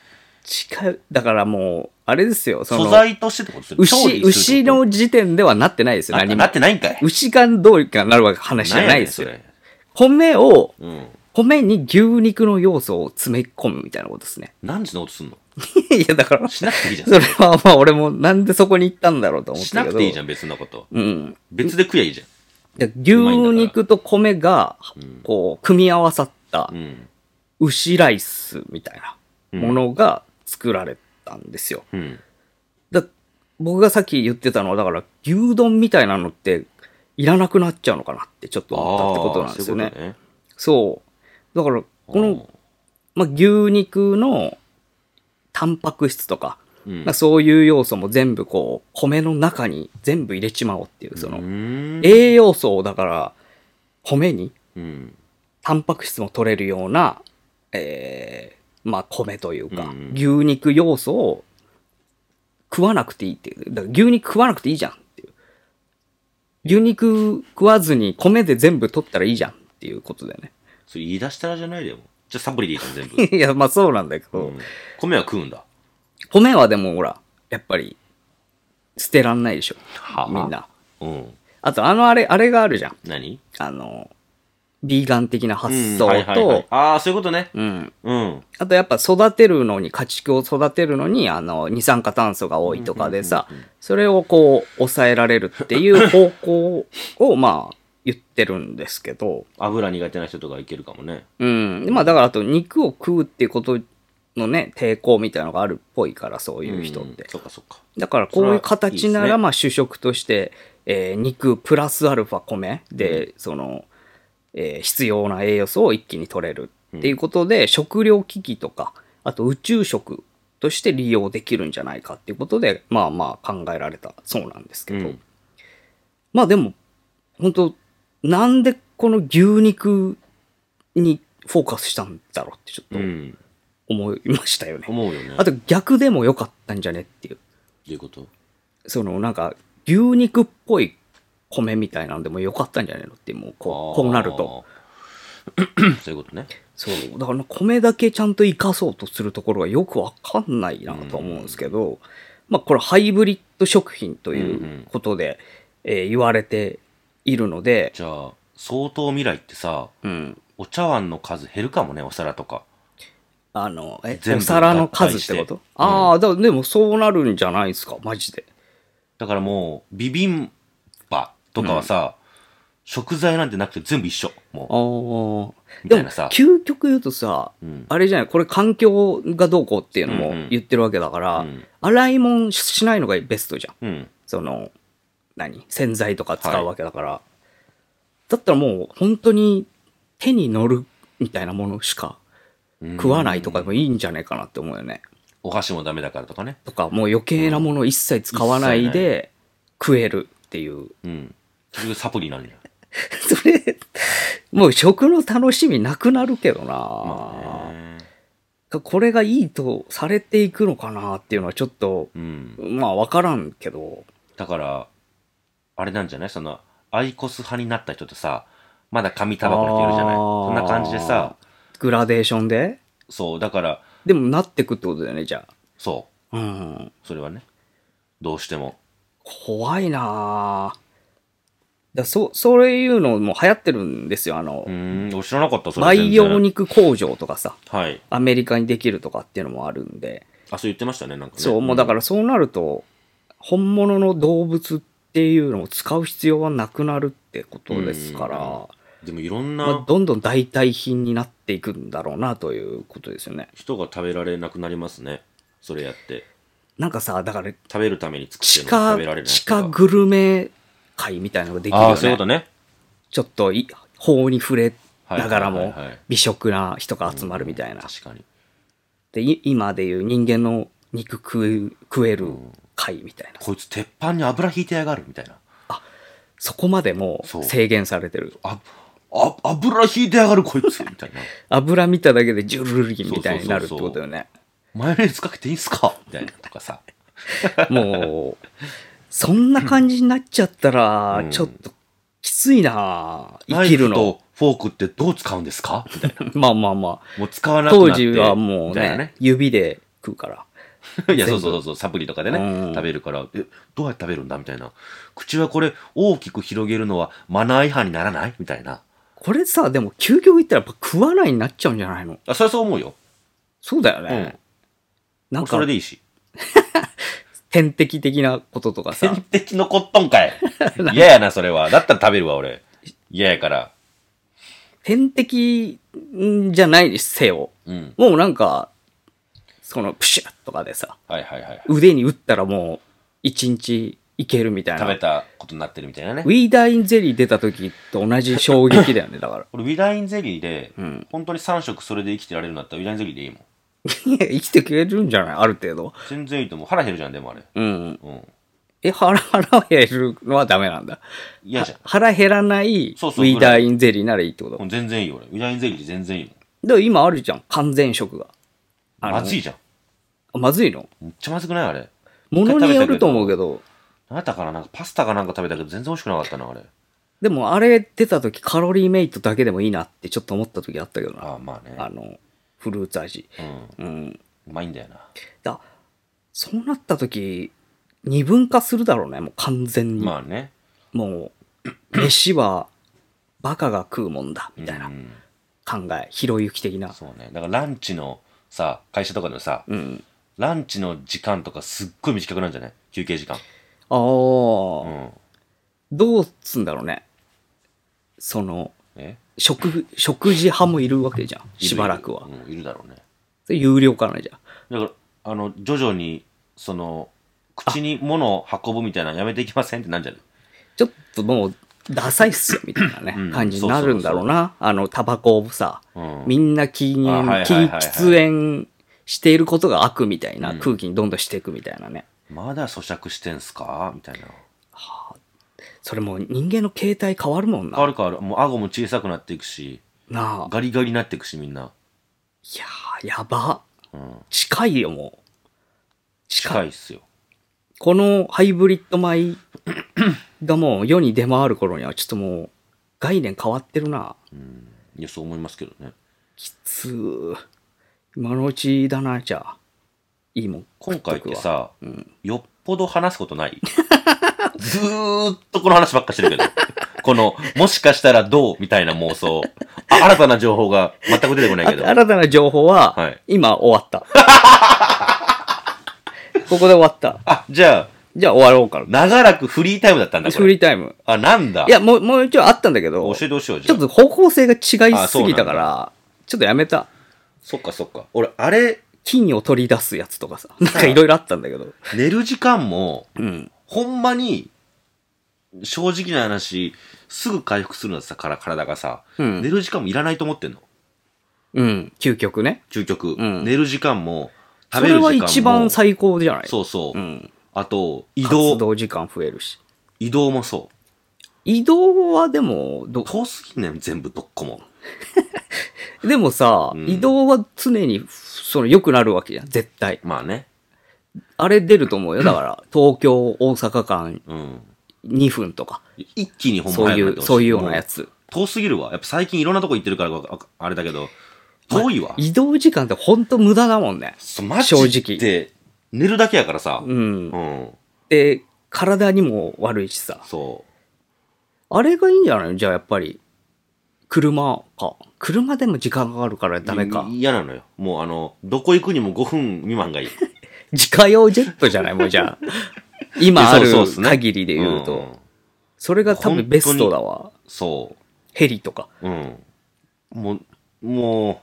Speaker 1: 違う。だからもう、あれですよ、そ
Speaker 2: 素
Speaker 1: の、
Speaker 2: 材としてってことする調理
Speaker 1: 牛、
Speaker 2: するってこと
Speaker 1: 牛の時点ではなってないですよ、
Speaker 2: あ
Speaker 1: 何
Speaker 2: な
Speaker 1: も
Speaker 2: っ。てないんかい。
Speaker 1: 牛がどうかなる話じゃないですよ。
Speaker 2: んやねん
Speaker 1: 米を、
Speaker 2: それうん。
Speaker 1: 米に牛肉の要素を詰め込むみたいなことですね。
Speaker 2: 何時の音すんの
Speaker 1: いや、だから、そ
Speaker 2: しなくていいじゃ
Speaker 1: れはまあ俺もなんでそこに行ったんだろうと
Speaker 2: ん。
Speaker 1: 思っ
Speaker 2: したな
Speaker 1: けど。
Speaker 2: くていいじ
Speaker 1: ゃ
Speaker 2: ゃん、別のこと。
Speaker 1: ん。うん。
Speaker 2: 別で食やいいじ
Speaker 1: で牛肉と米が、こう、組み合わさった
Speaker 2: ゃん。うん。
Speaker 1: 牛ライスみたいなものが作られたんですよ。
Speaker 2: うん。
Speaker 1: だ僕がさっき言ってたのは、だから牛丼みたいなのっていらなくなっちゃうのかなってちょっと思ったってことなんですよ
Speaker 2: あー
Speaker 1: ね。
Speaker 2: そういうこ
Speaker 1: そう。だから、
Speaker 2: と
Speaker 1: この
Speaker 2: ね
Speaker 1: まあ、牛肉のタンパク質とか、
Speaker 2: うん
Speaker 1: まあ、そういう要素も全部こう、米の中に全部入れちまおうっていう、その、
Speaker 2: の
Speaker 1: 栄養素をだから、米に
Speaker 2: うん。
Speaker 1: タンパク質も取れるような、えーまあ米というか、
Speaker 2: うん
Speaker 1: 牛肉要素を食わなくていいっていう。だから牛肉食わなくていいじゃんっていう。牛肉食わずに米で全部取ったらいいじゃんっていうことだよね。
Speaker 2: それ言い出したらじゃないでも。じゃあサプリでいいじゃん、全部。
Speaker 1: いや、まあ そうなんだけど、
Speaker 2: うん米は食うんだ。
Speaker 1: 米はでもほら、やっぱり捨てらんないでしょ。
Speaker 2: はあ
Speaker 1: みんな。
Speaker 2: うん。
Speaker 1: あとあのあれ、あれがあるじゃん。
Speaker 2: 何
Speaker 1: あの、ビーガン的な発想
Speaker 2: うん
Speaker 1: と、
Speaker 2: はいはいはいああ、そういうことね。
Speaker 1: うん、
Speaker 2: うん。
Speaker 1: あとやっぱ育てるのに、家畜を育てるのに、あの、二酸化炭素が多いとかでさ、それをこう、抑えられるっていう方向を、まあ、言ってるんですけど、
Speaker 2: 油苦手な人とかいけるかもね。
Speaker 1: うん。まあだからあと肉を食うっていうことのね、抵抗みたいなのがあるっぽいから、そういう人っ
Speaker 2: ん
Speaker 1: て。
Speaker 2: そっかそっか。
Speaker 1: だからこういう形な
Speaker 2: それはいいです
Speaker 1: ら、
Speaker 2: ね
Speaker 1: まあ主食として、えー肉プラスアルファ米で、その、えー必要な栄養素を一気に取れるっていうことで、食糧危機とか、あと宇宙食として利用できるんじゃないかっていうことで、まあまあ考えられたそうなんですけ
Speaker 2: う
Speaker 1: ど、
Speaker 2: ん。
Speaker 1: まあでも、本当なんでこの牛肉にフォーカスしたんだろうってちょ
Speaker 2: う
Speaker 1: っと
Speaker 2: ん。
Speaker 1: 思いましたよね。
Speaker 2: 思うよね。
Speaker 1: あと逆でもよかったんじゃねっていう。
Speaker 2: どういうこと
Speaker 1: そのなんか牛肉っぽい米みたいなんでもよかったんじゃないのってもうこうこうなると。
Speaker 2: あーそういうことね。
Speaker 1: そうだから米だけちゃんと生かそうとするところがよくわかんないなと思うんですけど、まあこれハイブリッド食品ということで、えー言われているので、
Speaker 2: じゃあ、相当未来ってさ、
Speaker 1: うん、
Speaker 2: お茶碗の数減るかもね、お皿とか。
Speaker 1: あのえ
Speaker 2: 全部
Speaker 1: お皿の数ってこと
Speaker 2: 合体して
Speaker 1: ああだでもそうなるんじゃないですかマジで。
Speaker 2: だからもう、ビビンバとかはさ、食材なんてなくて全部一緒。もう
Speaker 1: あ。ー
Speaker 2: み
Speaker 1: で
Speaker 2: たい
Speaker 1: も
Speaker 2: なさ
Speaker 1: 究極言うとさ、
Speaker 2: うん
Speaker 1: あれじゃないこれ環境がどうこうっていうのも
Speaker 2: うんうん
Speaker 1: 言ってるわけだから、
Speaker 2: うん
Speaker 1: 洗い物しないのがベストじゃん
Speaker 2: うん。
Speaker 1: その何洗剤とか使
Speaker 2: はいう
Speaker 1: わけだから、だったらもう本当に手に乗るみたいなものしか食わないとかでもいいんじゃないかなって思うよね、
Speaker 2: お箸もダメだからとかね。
Speaker 1: とかもう余計なもの一切使わないで食えるっていう
Speaker 2: うん。結局サプリなんじゃん。
Speaker 1: それ、もう食の楽しみなくなるけどな、
Speaker 2: まあね。
Speaker 1: これがいいとされていくのかなっていうのはちょっと、
Speaker 2: うん。
Speaker 1: まあわからんけど、
Speaker 2: だから、あれなんじゃないその、アイコス派になった人ってさ、まだ紙タバコの人いるじゃない
Speaker 1: あー
Speaker 2: そんな感じでさ、
Speaker 1: グラデーションで
Speaker 2: そう、だから、
Speaker 1: でもなってくってことだよね、じゃ
Speaker 2: そ
Speaker 1: あ。うん。
Speaker 2: う、それはね。どうしても。
Speaker 1: 怖いなぁだそ、そういうのも流行ってるんですよ、あの
Speaker 2: う、ーん、俺知らなかった、それ。
Speaker 1: 培養
Speaker 2: 全然。
Speaker 1: 肉工場とかさ、
Speaker 2: はい。
Speaker 1: アメリカにできるとかっていうのもあるんで、
Speaker 2: あ、そう言ってましたね、なんかね。。
Speaker 1: そう、もうだかららそうなると、本物の動物っていうのを使う必要はなくなるってことですから、
Speaker 2: うんでもいろん
Speaker 1: まあ
Speaker 2: な
Speaker 1: どんどん代替品になっていくんだろうなということですよね。
Speaker 2: 人が食べられなくなりますね。それやって。
Speaker 1: なんかさ、だから、
Speaker 2: 食べるために作って
Speaker 1: 地
Speaker 2: るのを
Speaker 1: 下
Speaker 2: 食べられ、る
Speaker 1: 地下グルメ会みたいなのができるよ
Speaker 2: あ
Speaker 1: ね。
Speaker 2: あー、そういうことね。
Speaker 1: ちょっとい法に触れながら
Speaker 2: はい
Speaker 1: も
Speaker 2: はいはいはい
Speaker 1: 美食な人が集まるみたいな。
Speaker 2: 確かに。
Speaker 1: で、い今でいう人間の肉食う食える会みたいな。
Speaker 2: こいつ鉄板に油引いてやがるみたいな。
Speaker 1: そこまでも
Speaker 2: そう
Speaker 1: う制限されてる。
Speaker 2: あ、あ、油引いてやがるこい つみたいな。
Speaker 1: 油見ただけでジュルルリンみたいになるってことよね。
Speaker 2: マヨネーズかけていいんすかみたいなとかさ。
Speaker 1: もう、そんな感じになっちゃったら
Speaker 2: う、ん
Speaker 1: ちょっときついな
Speaker 2: ナ
Speaker 1: 生
Speaker 2: イ
Speaker 1: きる
Speaker 2: フ
Speaker 1: の。
Speaker 2: とフォークってどう使うんですかみたいな。
Speaker 1: まあまあま
Speaker 2: もう使わ
Speaker 1: あ。
Speaker 2: なくなっ
Speaker 1: 当
Speaker 2: て
Speaker 1: 時はもう
Speaker 2: みたいな
Speaker 1: ね、指で食うから。
Speaker 2: いや、そうそうそうそう、サプリとかでね、
Speaker 1: うん
Speaker 2: 食べるから、え、どうやって食べるんだみたいな。口はこれ、大きく広げるのはマナー違反にならないみたいな。
Speaker 1: これさ、でも究極言ったらやっぱ食わないになっちゃうんじゃないの
Speaker 2: あ、それはそう思うよ。
Speaker 1: そうだよ
Speaker 2: う
Speaker 1: ね
Speaker 2: ん。
Speaker 1: なん
Speaker 2: そ
Speaker 1: か
Speaker 2: れ、でいいし。
Speaker 1: 天敵的なこととかさ
Speaker 2: 天、敵のコット ンかい。嫌やな、それは。だったら食べるわ、俺。嫌やから。
Speaker 1: 天敵んじゃないにせよ。
Speaker 2: うん。
Speaker 1: もうなんか、その、プシュッとかでさ、
Speaker 2: はいはいはい。
Speaker 1: 腕に打ったらもう、一日生いけるみたい
Speaker 2: 食べ
Speaker 1: な。
Speaker 2: たことになってるみたいなね
Speaker 1: ウ。ィーダーインゼリー出た時と同じ衝撃だ よね、だから。
Speaker 2: 俺、ウィダインゼリーで、
Speaker 1: うん。
Speaker 2: 本当に3食それで生きてられるんだったら、ウィダインゼリーでいいもん。
Speaker 1: い や生きてくれるんじゃないある程度。
Speaker 2: 全然いいと思う。腹減るじゃん、でもあれ。
Speaker 1: うん。
Speaker 2: うん。
Speaker 1: え、腹、腹減るのはダメなんだ。
Speaker 2: 嫌じゃん。
Speaker 1: 腹減らないウ
Speaker 2: そうそう
Speaker 1: ィーダーインゼリーならいいってこと。
Speaker 2: もう全然いいよ、俺。ウィダインゼリーで全然いいもん。
Speaker 1: でも今あるじゃん、完全食が。あの
Speaker 2: まずいじゃん。
Speaker 1: あまずいの
Speaker 2: めっちゃまずくないあれ。
Speaker 1: ものによると思うけど、
Speaker 2: あなたからなんかパスタかなんか食べたけど全然美味しくなかったな、あれ。
Speaker 1: でもあれ出た時カロリーメイトだけでもいいなってちょっと思った時あったけどな。
Speaker 2: ああ、まあね。
Speaker 1: あの、フルーツ味。
Speaker 2: うん。
Speaker 1: うん。
Speaker 2: うまいんだよな。
Speaker 1: だ、そうなった時、二分化するだろうね、もう完全に。
Speaker 2: まあね。
Speaker 1: もう、 飯はバカが食うもんだ、みたいな
Speaker 2: うん
Speaker 1: 考え。ひろゆき的な。
Speaker 2: そうね。だからランチのさ、会社とかでもさ、
Speaker 1: うん。
Speaker 2: ランチの時間とかすっごい短くなるんじゃない休憩時間。
Speaker 1: ああ、
Speaker 2: うん。
Speaker 1: どうすんだろうね。その、
Speaker 2: え
Speaker 1: 食、食事派もいるわけじゃん。
Speaker 2: いる
Speaker 1: しばらくは。
Speaker 2: いるうん、いるだろうね。
Speaker 1: それ有料かな、じゃあ
Speaker 2: だから、あの、徐々に、その、口に物を運ぶみたいなのやめていきませんってなんじゃない
Speaker 1: ちょっともう、ダサいっすよ、みたいなね、
Speaker 2: うん
Speaker 1: 感じになるんだろうな。あの、タバコをさ、
Speaker 2: うん。
Speaker 1: みんな禁
Speaker 2: あはいはい
Speaker 1: 煙、
Speaker 2: は
Speaker 1: 禁
Speaker 2: いはい
Speaker 1: 喫煙していることが悪みたいな
Speaker 2: うん
Speaker 1: 空気にどんどんしていくみたいなね。
Speaker 2: まだ咀嚼してんすかみたいな。
Speaker 1: それもう人間の形態変わるもんな。
Speaker 2: 変わる変わる。もう顎も小さくなっていくし、
Speaker 1: なあ。
Speaker 2: ガリガリになっていくし、みんな。
Speaker 1: いやー、やば。
Speaker 2: うん。
Speaker 1: 近いよ、もう。近い。
Speaker 2: 近いっすよ。
Speaker 1: このハイブリッド米がもう世に出回る頃には、ちょっともう、概念変わってるな。
Speaker 2: うん。いや、そう思いますけどね。
Speaker 1: きつー。今のうちだな、じゃあ。いいもん。
Speaker 2: 今回って
Speaker 1: 食っとくわ、
Speaker 2: さ、
Speaker 1: うん
Speaker 2: よっぽど話すことない ずーっとこの話ばっかしてるけど。この、もしかしたらどうみたいな妄想。あ新たな情報が全く出てこないけど。
Speaker 1: あ新たな情報は、
Speaker 2: はい
Speaker 1: 今終わった。 ここで終わった。
Speaker 2: あ、じゃあ、
Speaker 1: じゃあ終わろうか
Speaker 2: 長らくフリータイムだったん
Speaker 1: な。
Speaker 2: だ、こ
Speaker 1: フ
Speaker 2: れ。
Speaker 1: リータイム。
Speaker 2: あ、なんだ。
Speaker 1: いや、もう、もう一応あったんだけど
Speaker 2: 教、えてほしいよ、じ
Speaker 1: ち
Speaker 2: ゃ
Speaker 1: ょっ。
Speaker 2: あ
Speaker 1: と方向性が違いすぎたから、ちょっとやめた。
Speaker 2: そっかそっか。俺、あれ、
Speaker 1: 金を取り出すやつとかさ、なんかいろいろあったんだけど。
Speaker 2: 寝る時間も、
Speaker 1: うん。
Speaker 2: ほんまに、正直な話、すぐ回復するんだってさ、から体がさ、
Speaker 1: うん
Speaker 2: 寝る時間もいらないと思ってんの。
Speaker 1: うん。究極ね。
Speaker 2: 究極。
Speaker 1: うん
Speaker 2: 寝る時間も、
Speaker 1: そ
Speaker 2: 食べる
Speaker 1: れ
Speaker 2: 時間も。
Speaker 1: は一番最高じゃない
Speaker 2: そうそう。
Speaker 1: ん。
Speaker 2: あと、移
Speaker 1: 移動。活
Speaker 2: 動。
Speaker 1: 動時間増えるし。
Speaker 2: 移動もそ
Speaker 1: 移動はでも、ど
Speaker 2: う。、遠すぎんねん、全部どっこも。
Speaker 1: でもさ、
Speaker 2: うん
Speaker 1: 移動は常に、その、良くなるわけじゃん、絶対。
Speaker 2: まあね。
Speaker 1: あれ出ると思うよ。だから、東京、大阪間
Speaker 2: うん。
Speaker 1: 2分とか、
Speaker 2: 一気にほん
Speaker 1: そ
Speaker 2: ま
Speaker 1: うい
Speaker 2: 早くなっ
Speaker 1: う、
Speaker 2: てほし
Speaker 1: そういうようなや。つ。
Speaker 2: もう遠すぎるわ。やっぱ最近いろんなとこ行ってるからわか、あれだけど、遠いわ。
Speaker 1: 移動時間ってほんと無駄だもんね。
Speaker 2: そうマ
Speaker 1: 正
Speaker 2: ジ
Speaker 1: 直
Speaker 2: で、寝るだけやからさ。
Speaker 1: う。
Speaker 2: うんん。
Speaker 1: で、体にも悪いしさ。
Speaker 2: そ
Speaker 1: あれがいいんじゃないじゃあやっぱり、車か。車でも時間かかるから
Speaker 2: う。
Speaker 1: ダメか
Speaker 2: い。嫌なのよ。もうあの、どこ行くにも5分未満がいい。
Speaker 1: 自家用ジェットじゃないもうじ ゃあ。今あ
Speaker 2: い
Speaker 1: る
Speaker 2: やそうそうっすね
Speaker 1: 限りで言うと。
Speaker 2: ん
Speaker 1: それが多分ベストだわ。
Speaker 2: そ
Speaker 1: ヘリとか。
Speaker 2: う。うん。もう、も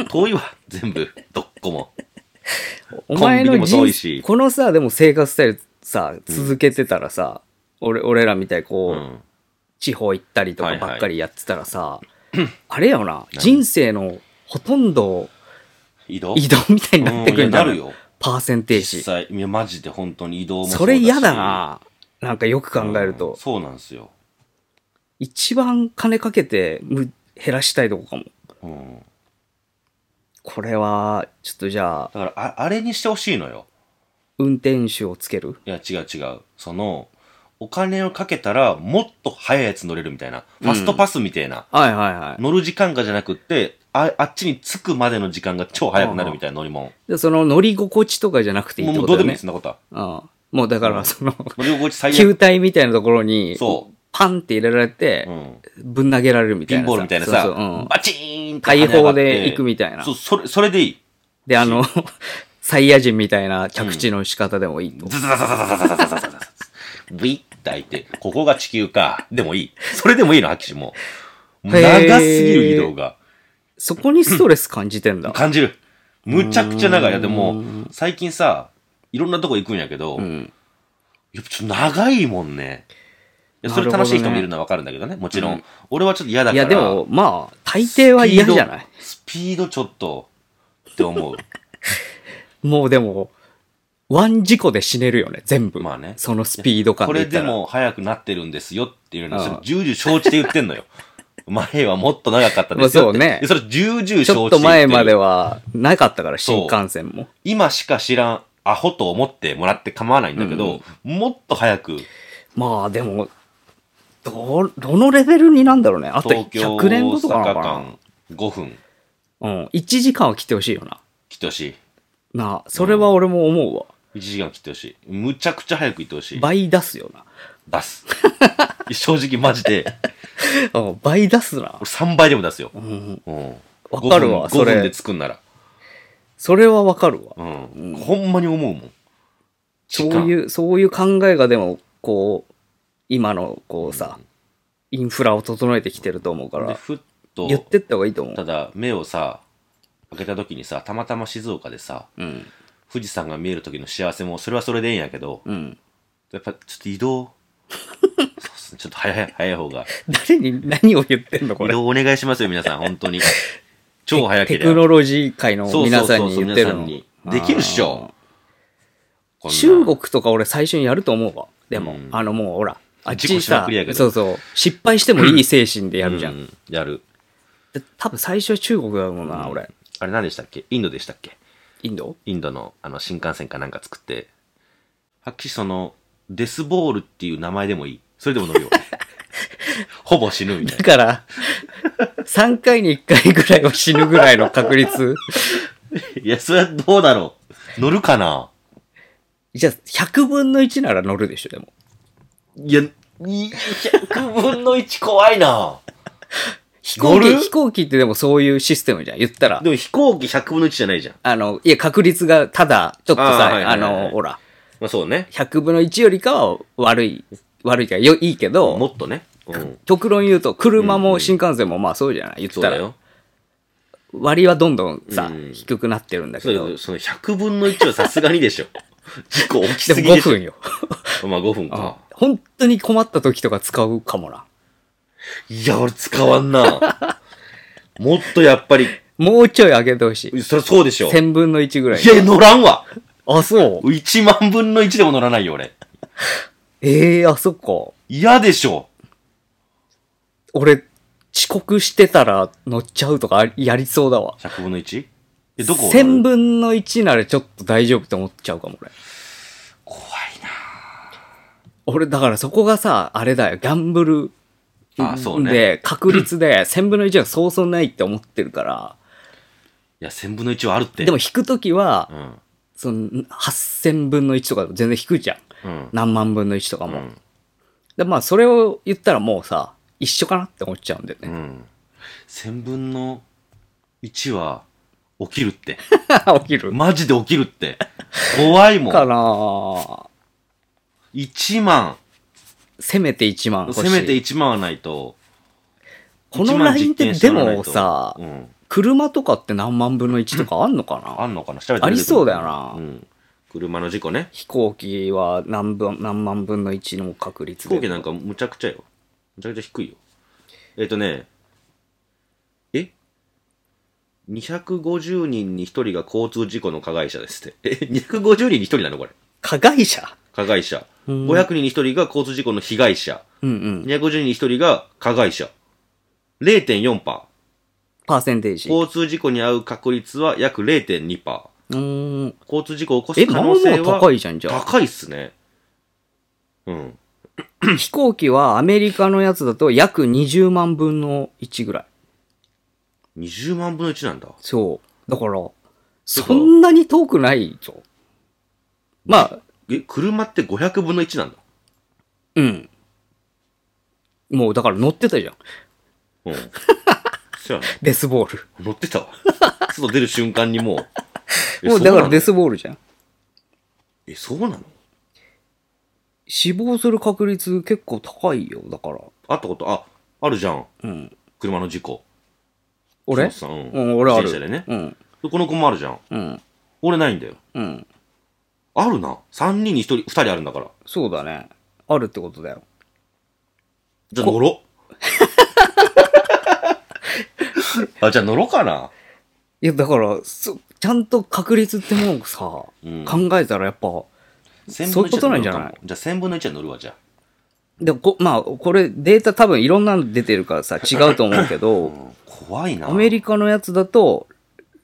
Speaker 2: う、遠いわ。全部、どっこも。
Speaker 1: お前
Speaker 2: コンビニ
Speaker 1: の
Speaker 2: も
Speaker 1: 人
Speaker 2: 遠い
Speaker 1: 生
Speaker 2: し
Speaker 1: このさ、でも生活スタイルさ、続けてたらさ、俺俺らみたいにこう、
Speaker 2: うん。
Speaker 1: 地方行ったりと
Speaker 2: は
Speaker 1: か
Speaker 2: いはい
Speaker 1: ばっかりやってたらさ、 あれよな、人生のほとんど
Speaker 2: 移動
Speaker 1: 移動みたいになってく
Speaker 2: う
Speaker 1: る
Speaker 2: ん
Speaker 1: ん
Speaker 2: いや
Speaker 1: だ
Speaker 2: なるよ。
Speaker 1: パーセンテー
Speaker 2: 実
Speaker 1: ジ。
Speaker 2: 際、いや、マジで本当に移動もう
Speaker 1: それ嫌だな。なんかよく考
Speaker 2: し
Speaker 1: えると。
Speaker 2: うんそうなんですよ。
Speaker 1: 一番金かけてむ減らしたいとこかも。
Speaker 2: うん。
Speaker 1: これは、ちょっとじゃあ、
Speaker 2: だから、ああれにしてほしいのよ。
Speaker 1: 運転手をつける
Speaker 2: いや、違う違う。その、お金をかけたら、もっと早いやつ乗れるみたいな。ファストパスみたいな。
Speaker 1: はいはいはい。
Speaker 2: 乗る時間がじゃなくって、あ、あっちに着くまでの時間が超早くなるみたいな乗り物。
Speaker 1: でその乗り心地とかじゃなくていいって
Speaker 2: もう
Speaker 1: こ
Speaker 2: ど
Speaker 1: と
Speaker 2: う
Speaker 1: だよ
Speaker 2: で
Speaker 1: ね
Speaker 2: もいいです、。そんなことは。
Speaker 1: うん。もうだから、その、
Speaker 2: 乗り心地最
Speaker 1: 球
Speaker 2: 悪。
Speaker 1: 体みたいなところに、
Speaker 2: そう
Speaker 1: パンって入れられて
Speaker 2: う、ん。
Speaker 1: ぶん投げられるみた
Speaker 2: ピ
Speaker 1: いなさ。
Speaker 2: ンボールみたいなさ、
Speaker 1: そうそううん
Speaker 2: バチーンって跳ね
Speaker 1: 大
Speaker 2: 上が
Speaker 1: 砲
Speaker 2: って
Speaker 1: で行くみたいな
Speaker 2: そ。う、それ、それでいい。
Speaker 1: で、あの、 サイヤ人みたいな着地の仕方でもいいと。
Speaker 2: ズズズズズズズズズズズズ ビッて開いて、ここが地球か。でもいい。それでもいいの、拍手も。
Speaker 1: へー
Speaker 2: 長すぎる移動が。
Speaker 1: そこにストレス感じてんだ。
Speaker 2: 感じる。むちゃくちゃ長い。いや、でも、最近さ、いろんなとこ行くんやけど、
Speaker 1: うん。
Speaker 2: やっぱちょっと長いもんね。いやそれ楽しい人もいるのはわかるんだけどね。もちろん。
Speaker 1: うん
Speaker 2: 俺はちょっと嫌だ
Speaker 1: い
Speaker 2: から。
Speaker 1: や、でも、まあ、大抵は嫌じゃない
Speaker 2: スピードちょっと、って思う。
Speaker 1: もうでも、ワン事故で死ねるよね、全部。
Speaker 2: まあね
Speaker 1: そのスピード感
Speaker 2: こ
Speaker 1: で
Speaker 2: れ
Speaker 1: 言った
Speaker 2: で
Speaker 1: ら。
Speaker 2: も早くなってるんですよっていうのを、
Speaker 1: うん
Speaker 2: それ重々承知で言ってんのよ。 前はもっと長かったですよって。
Speaker 1: まあそうね
Speaker 2: でそれ重々承知で言ってる
Speaker 1: ちょっと前まではなかったから、新幹線も。
Speaker 2: 今しか知らんアホと思ってもらって構わないんだけど、もっと早く
Speaker 1: まあでも、ど、どのレベルになんだろうね。あと
Speaker 2: 東京
Speaker 1: 100年後とかなの
Speaker 2: 大阪
Speaker 1: か
Speaker 2: 間5分
Speaker 1: な。うん。1時間は来てほしいよな。
Speaker 2: 来てほし
Speaker 1: なあ、それは俺も思うわ。
Speaker 2: い1時間来てほしいむちゃくちゃ早く行ってほしい
Speaker 1: 倍出すよな。
Speaker 2: 出す 正直マジで
Speaker 1: うん、倍出すな。
Speaker 2: 俺3倍でも出すよ、
Speaker 1: うん。
Speaker 2: うん、
Speaker 1: わかるわ
Speaker 2: 5分
Speaker 1: それ
Speaker 2: 5分で作んなら、
Speaker 1: それはわかるわ。
Speaker 2: うん
Speaker 1: うん
Speaker 2: ほんまに思うもん
Speaker 1: そういう、そういう考えがでも、こう、今の、こうさ、インフラを整えてきてると思うか
Speaker 2: で
Speaker 1: ら、
Speaker 2: ふっと
Speaker 1: 言ってった方がいいと思
Speaker 2: た
Speaker 1: う。
Speaker 2: だ目をさ開けた時にさたまたま静岡でさ
Speaker 1: うん。
Speaker 2: 富士山が見える時の幸せもそれはそれでいいんやけど、
Speaker 1: うん。
Speaker 2: やっぱちょっと 移動そうっすねちょっと早い早い方が
Speaker 1: 誰に何を言ってんのこ
Speaker 2: 移
Speaker 1: れ。
Speaker 2: 動お願いしますよ皆さん本当に超早け
Speaker 1: テ
Speaker 2: れば
Speaker 1: クノロジー界の
Speaker 2: そうそ
Speaker 1: 皆
Speaker 2: うそ
Speaker 1: さ
Speaker 2: うん
Speaker 1: に言ってるの。
Speaker 2: 皆さんにできるっしょ
Speaker 1: あ
Speaker 2: こ
Speaker 1: ー
Speaker 2: んな
Speaker 1: 中国とか俺最初にやると思うわ。でも、
Speaker 2: うん
Speaker 1: あのもうほら、あっ
Speaker 2: 自
Speaker 1: ち
Speaker 2: 己承
Speaker 1: さ
Speaker 2: 諾やけ、ど
Speaker 1: そうそう、失敗してもいい精神でやるじゃん。
Speaker 2: うやる
Speaker 1: で多分最初は中国だもんな、俺。
Speaker 2: あれ何でしたっけインドでしたっけ
Speaker 1: インド
Speaker 2: インドのあの新幹線かなんか作ってはっきりそのデスボールっていう名前でもいいそれでも 乗るよほぼ死ぬみたい
Speaker 1: だから、3回に1回ぐらいは死ぬぐらいの確率。
Speaker 2: ないやそれはどうだろう乗るかな
Speaker 1: じゃあ、100分の1なら乗るでしょ、でも。
Speaker 2: いや100分の1怖いな
Speaker 1: 飛行
Speaker 2: 乗
Speaker 1: 機、
Speaker 2: る
Speaker 1: 飛行機ってでもそういうシステムじゃん。言ったら
Speaker 2: で。も飛行機100分の1じゃないじゃん
Speaker 1: あの、いや、確率が、ただ、ちょっと
Speaker 2: あーはい
Speaker 1: さ、
Speaker 2: は
Speaker 1: あ
Speaker 2: いはいはい
Speaker 1: の、ほら、
Speaker 2: まあそうね
Speaker 1: 100分の1よりかは悪い、悪いからよいいけ
Speaker 2: も
Speaker 1: ど、
Speaker 2: っとね、うん、
Speaker 1: 極論言うと、車
Speaker 2: うんう
Speaker 1: も
Speaker 2: ん
Speaker 1: 新幹線もまあそうじゃない。言っ
Speaker 2: そう
Speaker 1: た
Speaker 2: だ
Speaker 1: ら、
Speaker 2: よ
Speaker 1: 割はどんどんさ
Speaker 2: うん、
Speaker 1: 低くなってるんだ
Speaker 2: そ
Speaker 1: け
Speaker 2: うだけ
Speaker 1: ど
Speaker 2: ど、その100分の1はさすがにでし ょ事故起き
Speaker 1: ですも
Speaker 2: ぎで
Speaker 1: 5
Speaker 2: しょ
Speaker 1: 分よ。
Speaker 2: まあ5分
Speaker 1: うん
Speaker 2: か。
Speaker 1: 本当に困った時とか使うかもな。
Speaker 2: いや、俺使わんな。もっとやっぱり、
Speaker 1: もうちょい上げてほしい。
Speaker 2: そりゃそうでしょ。い
Speaker 1: 1000分の1ぐらい。
Speaker 2: や、乗らんわ。
Speaker 1: あ、そう。
Speaker 2: 1万分の1でも乗らないよ、俺。
Speaker 1: ええあ、そっか。
Speaker 2: 嫌でしょ。
Speaker 1: 俺、遅刻してたら乗っちゃうとかありやりそうだわ。
Speaker 2: 100分の 1? え、どこ
Speaker 1: 1000分の1ならちょっと大丈夫って思っちゃうかも、俺。
Speaker 2: 怖い
Speaker 1: 俺、だからそこがさ、あれだよ、ギャンブル
Speaker 2: な。あ、そうね。
Speaker 1: で、確率で1000分の1はそうそうないって思ってるから、
Speaker 2: いや、1000分の1はあるって。
Speaker 1: でも、引くときは
Speaker 2: う、ん。
Speaker 1: その8000分の1とかでも全然引くじゃん。
Speaker 2: うん。
Speaker 1: 何万分の1とか
Speaker 2: う
Speaker 1: も。
Speaker 2: ん。
Speaker 1: で、まあ、それを言ったらもうさ、一緒かなって思っちゃうんだよ
Speaker 2: う
Speaker 1: ね。
Speaker 2: ん。1000分の1は、起きるって。
Speaker 1: 起きる。
Speaker 2: マジで起きるって。怖いも
Speaker 1: か
Speaker 2: ん。
Speaker 1: なぁ
Speaker 2: 1万。
Speaker 1: せめて1万欲しい。
Speaker 2: せめて1万はないと。
Speaker 1: こ
Speaker 2: 1
Speaker 1: の
Speaker 2: 万
Speaker 1: ラインって
Speaker 2: 実験して
Speaker 1: で
Speaker 2: もらわない
Speaker 1: も
Speaker 2: と
Speaker 1: さ、
Speaker 2: うん。
Speaker 1: 車とかって何万分の1とかあんのか
Speaker 2: あ
Speaker 1: なん
Speaker 2: のかな調べてみ
Speaker 1: あ
Speaker 2: る
Speaker 1: りそうだよな
Speaker 2: うん。車の事故ね。
Speaker 1: 飛行機は何分、何万分の1の確率
Speaker 2: 飛
Speaker 1: で。
Speaker 2: 行機なんかむちゃくちゃよ。むちゃくちゃ低いよ。えっ、とね、え ?250 人に1人が交通事故の加害者ですって。え ?250 人に1人なのこれ。
Speaker 1: 加害者
Speaker 2: 加害者。
Speaker 1: うん
Speaker 2: 500人に1人が交通事故の被害者。
Speaker 1: うんうん。
Speaker 2: 250人に1人が加害者。0.4%。
Speaker 1: パーセンテージ。う
Speaker 2: 交通事故に遭う確率は約0.2%。
Speaker 1: ーん。
Speaker 2: 交通事故を起こす
Speaker 1: え、
Speaker 2: 可
Speaker 1: まあま
Speaker 2: 能性
Speaker 1: あ
Speaker 2: は
Speaker 1: 高いじゃん、じゃあ。
Speaker 2: 高いっすね。うん。
Speaker 1: 飛行機はアメリカのやつだと約20万分の1ぐらい。
Speaker 2: 20万分の1なんだ。
Speaker 1: そう。だから、そんなに遠くないぞ。まあ、
Speaker 2: え、車って500分の1なんだ。
Speaker 1: うん。もうだから乗ってたじゃん。
Speaker 2: うん。そうやな。
Speaker 1: デスボール。
Speaker 2: 乗ってた わ。外出る瞬間にもう。え
Speaker 1: もうだからデ。
Speaker 2: そうな
Speaker 1: ス
Speaker 2: の
Speaker 1: ボールじゃん。
Speaker 2: え、そうなの
Speaker 1: 死亡する確率結構高いよ、だから。
Speaker 2: あったこと、あ、あるじゃん。
Speaker 1: うん。
Speaker 2: 車の事故。
Speaker 1: 俺
Speaker 2: そうそううん
Speaker 1: うん、俺ある。
Speaker 2: 自転車でね。
Speaker 1: うん。
Speaker 2: この子もあるじゃん。
Speaker 1: うん。
Speaker 2: 俺ないんだよ。
Speaker 1: うん。
Speaker 2: あるな。3人に1人、2人あるんだから。
Speaker 1: そうだね。あるってことだよ。
Speaker 2: じゃあ乗ろ。 あ、じゃあ乗ろうかな。
Speaker 1: いや、だから、そちゃんと確率ってもんをさ、
Speaker 2: うん
Speaker 1: 考えたらやっぱ、
Speaker 2: 1000
Speaker 1: そういうことなんじゃない
Speaker 2: 分の一は乗るかもじゃあ1000分の1は乗るわ、じゃあ。
Speaker 1: でこまあ、これデータ多分いろんなの出てるからさ、違うと思うけ
Speaker 2: う
Speaker 1: ど、
Speaker 2: ん、怖いな。
Speaker 1: アメリカのやつだと、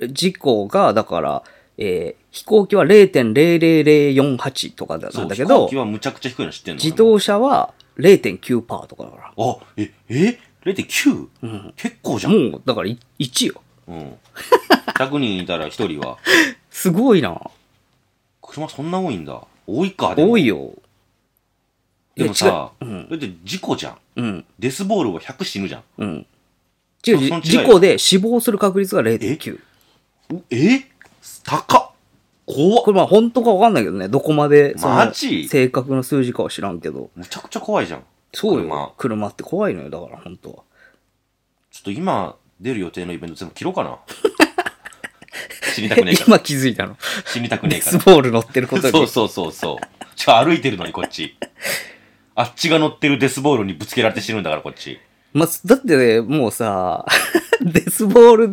Speaker 1: 事故が、だから、えー飛行機は0.00048とかだ
Speaker 2: そ
Speaker 1: な
Speaker 2: うん
Speaker 1: だけ
Speaker 2: 飛
Speaker 1: ど
Speaker 2: 行機、はむちゃくちゃ低いの知ってんの
Speaker 1: 自動車は0.9%とかだか
Speaker 2: あ、え、え ?0.9?
Speaker 1: ら。うん。
Speaker 2: 結構じゃん。
Speaker 1: もう、だから1よ。
Speaker 2: うん。100人いたら1人は。
Speaker 1: すごいな。
Speaker 2: 車そんな多いんだ。多いか、でも。
Speaker 1: 多いよ。
Speaker 2: でもさ、
Speaker 1: いや違う
Speaker 2: だって事故じゃん。
Speaker 1: うん。うん。
Speaker 2: デスボールは100死ぬじゃん。
Speaker 1: うん。違う
Speaker 2: その違い
Speaker 1: 事故で死亡する確率が0.9。
Speaker 2: うえ高っ怖っ
Speaker 1: これまあ本当かわかんないけどね、どこまでそ
Speaker 2: マ
Speaker 1: の
Speaker 2: ジ
Speaker 1: 正確な数字かは知らんけど。
Speaker 2: むちゃくちゃ怖いじゃん。
Speaker 1: そう
Speaker 2: 車
Speaker 1: よ。車って怖いのよ、だから本当は。
Speaker 2: ちょっと今出る予定のイベント全部切ろうかな。 死にたくねえから。
Speaker 1: 今気づいたの。
Speaker 2: 死にたくねえ
Speaker 1: デ
Speaker 2: か
Speaker 1: ス
Speaker 2: ら。
Speaker 1: ボール乗ってることに。
Speaker 2: そうそうそうそう。しかも歩いてるのにこっち。あっちが乗ってるデスボールにぶつけられて死ぬんだからこっち。
Speaker 1: まあ、だってね、もうさ、 デスボール、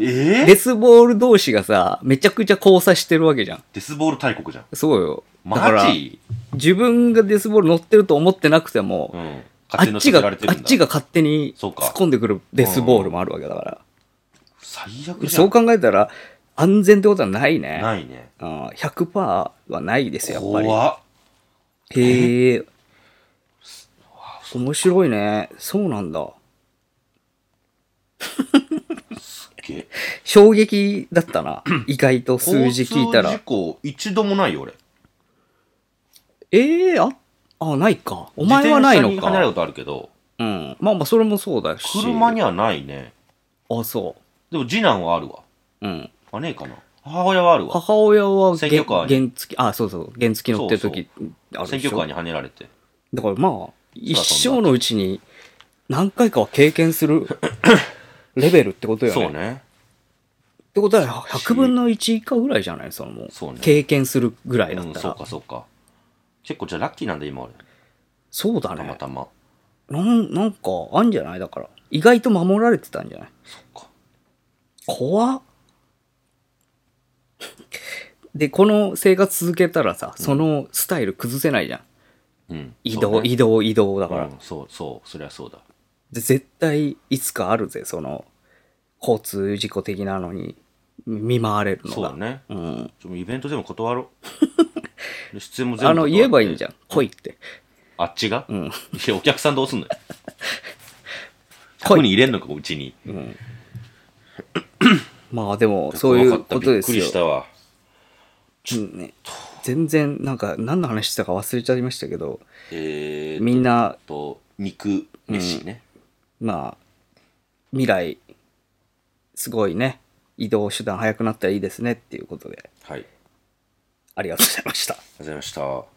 Speaker 2: え
Speaker 1: デスボール同士がさ、めちゃくちゃ交差してるわけじゃん。
Speaker 2: デスボール大国じゃん。
Speaker 1: そうよ。だか
Speaker 2: マ
Speaker 1: ら、
Speaker 2: ジ
Speaker 1: 自分がデスボール乗ってると思ってなくても、
Speaker 2: うん。
Speaker 1: あ
Speaker 2: 勝手に乗
Speaker 1: っ
Speaker 2: せ
Speaker 1: ち
Speaker 2: て
Speaker 1: が、
Speaker 2: ら
Speaker 1: あ
Speaker 2: れてるんだ。
Speaker 1: っちが勝手に
Speaker 2: そう
Speaker 1: 突
Speaker 2: か
Speaker 1: っ込んでくるデスボールもあるわけだから。
Speaker 2: 最悪じゃ。
Speaker 1: そうん考えたら、安全ってことはないね。
Speaker 2: ないね。
Speaker 1: うん100%はないですよ、やっぱ
Speaker 2: 怖っ。
Speaker 1: り。へえ。面白いね。そうなんだ。
Speaker 2: すっげえ
Speaker 1: 衝撃だった な。意外と数字聞いた
Speaker 2: 交通
Speaker 1: ら
Speaker 2: 事。故一度もないよ、俺。
Speaker 1: ええあ、あ、ないか。お前はない
Speaker 2: 自
Speaker 1: の
Speaker 2: 転車に離れた
Speaker 1: か。
Speaker 2: ことあるけど、
Speaker 1: うん。まあまあ、それもそうだし。
Speaker 2: 車にはないね。
Speaker 1: あ、そ
Speaker 2: でも次男はあるわ。
Speaker 1: う。うん。
Speaker 2: あ、ねえかな。母親はあるわ。
Speaker 1: 母親は
Speaker 2: 選挙カー
Speaker 1: 原
Speaker 2: に
Speaker 1: 原付き、あ、そうそう、原付き乗ってる時ある
Speaker 2: 選
Speaker 1: でしょ
Speaker 2: 挙カーにはねられて。
Speaker 1: だからまあ、一生のうちに何回かは経験するレベルってことよね。
Speaker 2: そうね。
Speaker 1: ってことは100分の1以下ぐらいじゃないそのもう
Speaker 2: そうね
Speaker 1: 経験するぐらいだ
Speaker 2: う
Speaker 1: っ
Speaker 2: ん、
Speaker 1: た
Speaker 2: そ
Speaker 1: ら。
Speaker 2: うか、そうか。結構じゃあラッキーなんだ、今俺。
Speaker 1: そうだ
Speaker 2: たま
Speaker 1: ね。
Speaker 2: たま。
Speaker 1: なんなんかあんじゃないだから。意外と守られてたんじゃない
Speaker 2: か
Speaker 1: 怖っ。で、この生活続けたらさ、そのスタイル崩せないじゃん。
Speaker 2: うん。
Speaker 1: 移
Speaker 2: そ
Speaker 1: 動、
Speaker 2: うね
Speaker 1: 移動、移動だから、
Speaker 2: うん、そう、そう、そりゃそうだ。
Speaker 1: で。絶対いつかあるぜ、その、交通事故的なのに見舞われるのが。
Speaker 2: そうだね。
Speaker 1: うん。
Speaker 2: ちょもうイベントでも断ろ う。で出演も全部
Speaker 1: あの、言えばいいんじ
Speaker 2: ゃん。
Speaker 1: ゃん。来いって。
Speaker 2: あっちが
Speaker 1: うん。
Speaker 2: いや、お客さんどうす んのよ。
Speaker 1: 来い
Speaker 2: 100人入れんのか、うちに。
Speaker 1: うん、まあでもそういうことです
Speaker 2: びっく
Speaker 1: よ
Speaker 2: りし。たわ。
Speaker 1: うんね、全然なんか何の話してたか忘れちゃいましたけど
Speaker 2: えー、
Speaker 1: みんな
Speaker 2: と、肉飯ね。
Speaker 1: まあ未来すごいね移動手段早くなったらいいですねっていうことで
Speaker 2: はい。ありがと
Speaker 1: ありがとう
Speaker 2: う
Speaker 1: ございました。
Speaker 2: ございました。